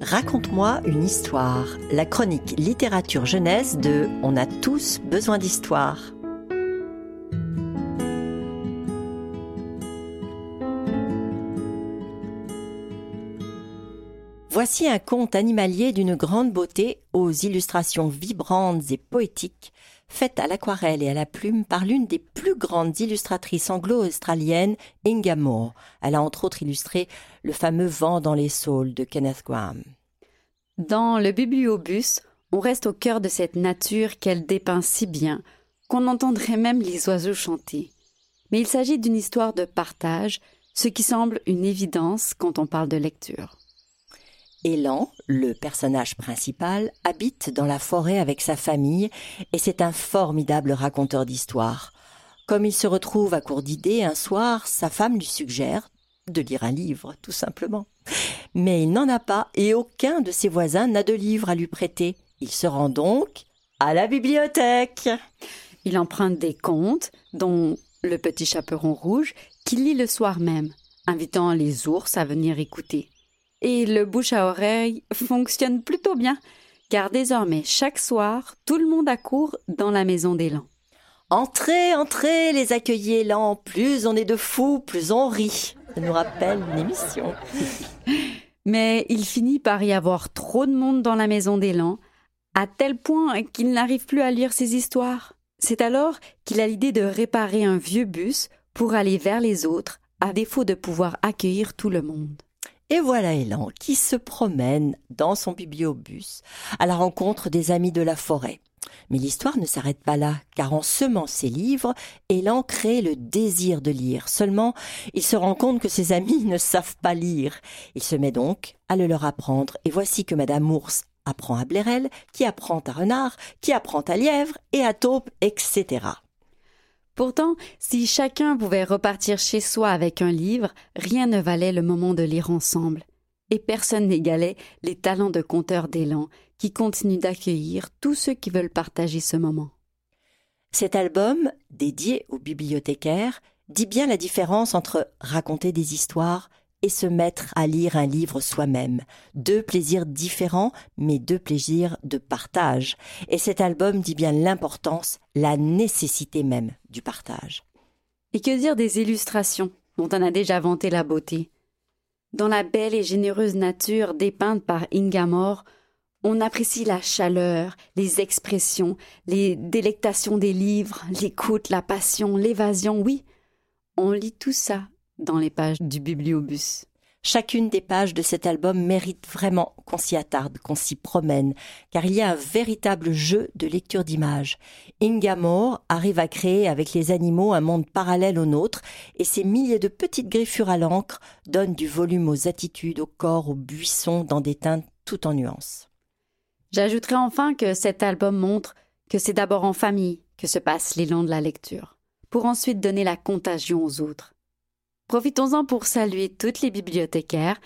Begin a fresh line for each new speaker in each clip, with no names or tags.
Raconte-moi une histoire, la chronique littérature jeunesse de On a tous besoin d'histoire. Voici un conte animalier d'une grande beauté, aux illustrations vibrantes et poétiques, faite à l'aquarelle et à la plume par l'une des plus grandes illustratrices anglo-australiennes, Inga Moore. Elle a entre autres illustré le fameux Vent dans les saules de Kenneth Graham.
Dans le bibliobus, on reste au cœur de cette nature qu'elle dépeint si bien qu'on entendrait même les oiseaux chanter. Mais il s'agit d'une histoire de partage, ce qui semble une évidence quand on parle de lecture.
Élan, le personnage principal, habite dans la forêt avec sa famille et c'est un formidable raconteur d'histoires. Comme il se retrouve à court d'idées un soir, sa femme lui suggère de lire un livre, tout simplement. Mais il n'en a pas et aucun de ses voisins n'a de livre à lui prêter. Il se rend donc à la bibliothèque.
Il emprunte des contes, dont Le Petit Chaperon Rouge, qu'il lit le soir même, invitant les ours à venir écouter. Et le bouche à oreille fonctionne plutôt bien, car désormais, chaque soir, tout le monde accourt dans la maison d'Élan.
Entrez, entrez, les accueillez l'an. Plus on est de fous, plus on rit. Ça nous rappelle une émission.
Mais il finit par y avoir trop de monde dans la maison d'Élan, à tel point qu'il n'arrive plus à lire ses histoires. C'est alors qu'il a l'idée de réparer un vieux bus pour aller vers les autres, à défaut de pouvoir accueillir tout le monde.
Et voilà Elan qui se promène dans son bibliobus à la rencontre des amis de la forêt. Mais l'histoire ne s'arrête pas là, car en semant ses livres, Elan crée le désir de lire. Seulement, il se rend compte que ses amis ne savent pas lire. Il se met donc à le leur apprendre, et voici que Madame Ours apprend à Blérel, qui apprend à Renard, qui apprend à Lièvre et à Taupe, etc.
Pourtant, si chacun pouvait repartir chez soi avec un livre, rien ne valait le moment de lire ensemble. Et personne n'égalait les talents de conteurs d'élan qui continuent d'accueillir tous ceux qui veulent partager ce moment.
Cet album, dédié aux bibliothécaires, dit bien la différence entre raconter des histoires et se mettre à lire un livre soi-même. Deux plaisirs différents, mais deux plaisirs de partage. Et cet album dit bien l'importance, la nécessité même du partage.
Et que dire des illustrations dont on a déjà vanté la beauté Dans la belle et généreuse nature dépeinte par Ingamore, on apprécie la chaleur, les expressions, les délectations des livres, l'écoute, la passion, l'évasion, oui. On lit tout ça dans les pages du bibliobus.
Chacune des pages de cet album mérite vraiment qu'on s'y attarde, qu'on s'y promène, car il y a un véritable jeu de lecture d'images. Inga Moore arrive à créer avec les animaux un monde parallèle au nôtre, et ses milliers de petites griffures à l'encre donnent du volume aux attitudes, au corps, aux buissons, dans des teintes tout en nuances.
J'ajouterai enfin que cet album montre que c'est d'abord en famille que se passe l'élan de la lecture, pour ensuite donner la contagion aux autres. Profitons-en pour saluer toutes les bibliothécaires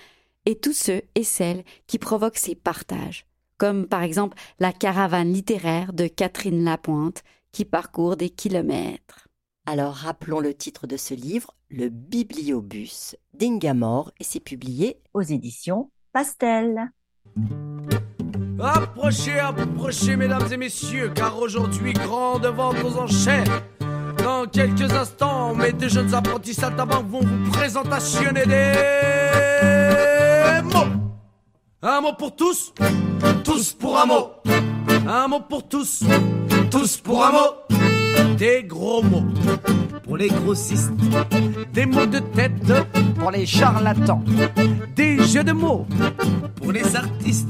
et tous ceux et celles qui provoquent ces partages, comme par exemple la caravane littéraire de Catherine Lapointe qui parcourt des kilomètres.
Alors rappelons le titre de ce livre, Le Bibliobus d'Ingamore, et c'est publié aux éditions Pastel.
Approchez, approchez, mesdames et messieurs, car aujourd'hui, grande vente aux enchères. Dans quelques instants, mes deux jeunes apprentis à tabac vont vous présentationner des mots. Un mot pour tous, tous pour un mot. Un mot pour tous, tous pour un mot. Des gros mots pour les grossistes. Des mots de tête pour les charlatans. Des jeux de mots pour les artistes.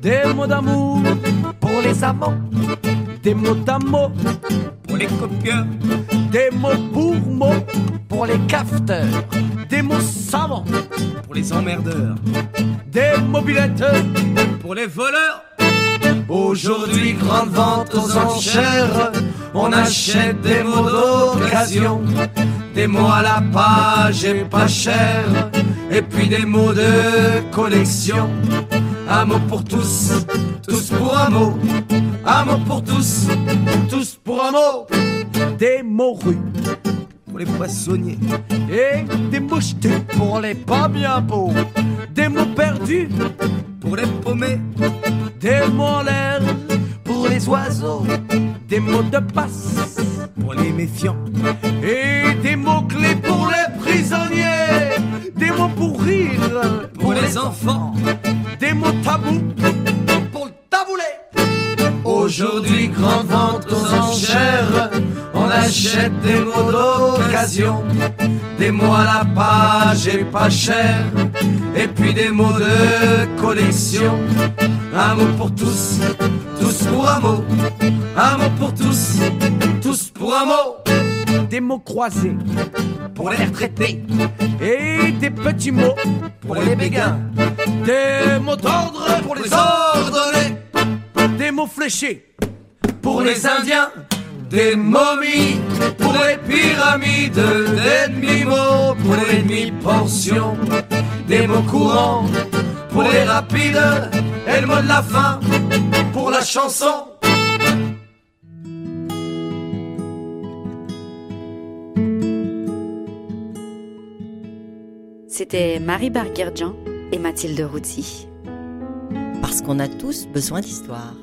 Des mots d'amour pour les amants. Des mots d'amour pour les copieurs. Des mots pour mots pour les cafeteurs. Des mots savants pour les emmerdeurs. Des mobilettes pour les voleurs. Aujourd'hui, grande vente aux enchères, on achète des mots d'occasion, des mots à la page et pas cher, et puis des mots de collection. Un mot pour tous, tous pour un mot, un mot pour tous, tous pour un mot, des mots rues pour les poissonniers. Et des mouchetés pour les pas bien beaux. Des mots perdus pour les paumés. Des mots en l'air pour les oiseaux. Des mots de passe pour les méfiants. Et des mots clés pour les prisonniers. Des mots pour rire pour les enfants. Des mots tabous pour le taboulet. Aujourd'hui, grande vente aux enchères, on achète des mots d'occasion, des mots à la page et pas cher, et puis des mots de collection. Un mot pour tous, tous pour un mot, un mot pour tous, tous pour un mot. Des mots croisés pour les retraités, et des petits mots pour les béguins, des mots d'ordre pour les ordonnés des mots fléchés pour les Indiens, des momies pour les pyramides, des demi-mots pour les demi-portions, des mots courants pour les rapides, et le mot de la fin pour la chanson.
C'était Marie Barguerdjan et Mathilde Routy.
Parce qu'on a tous besoin d'histoire.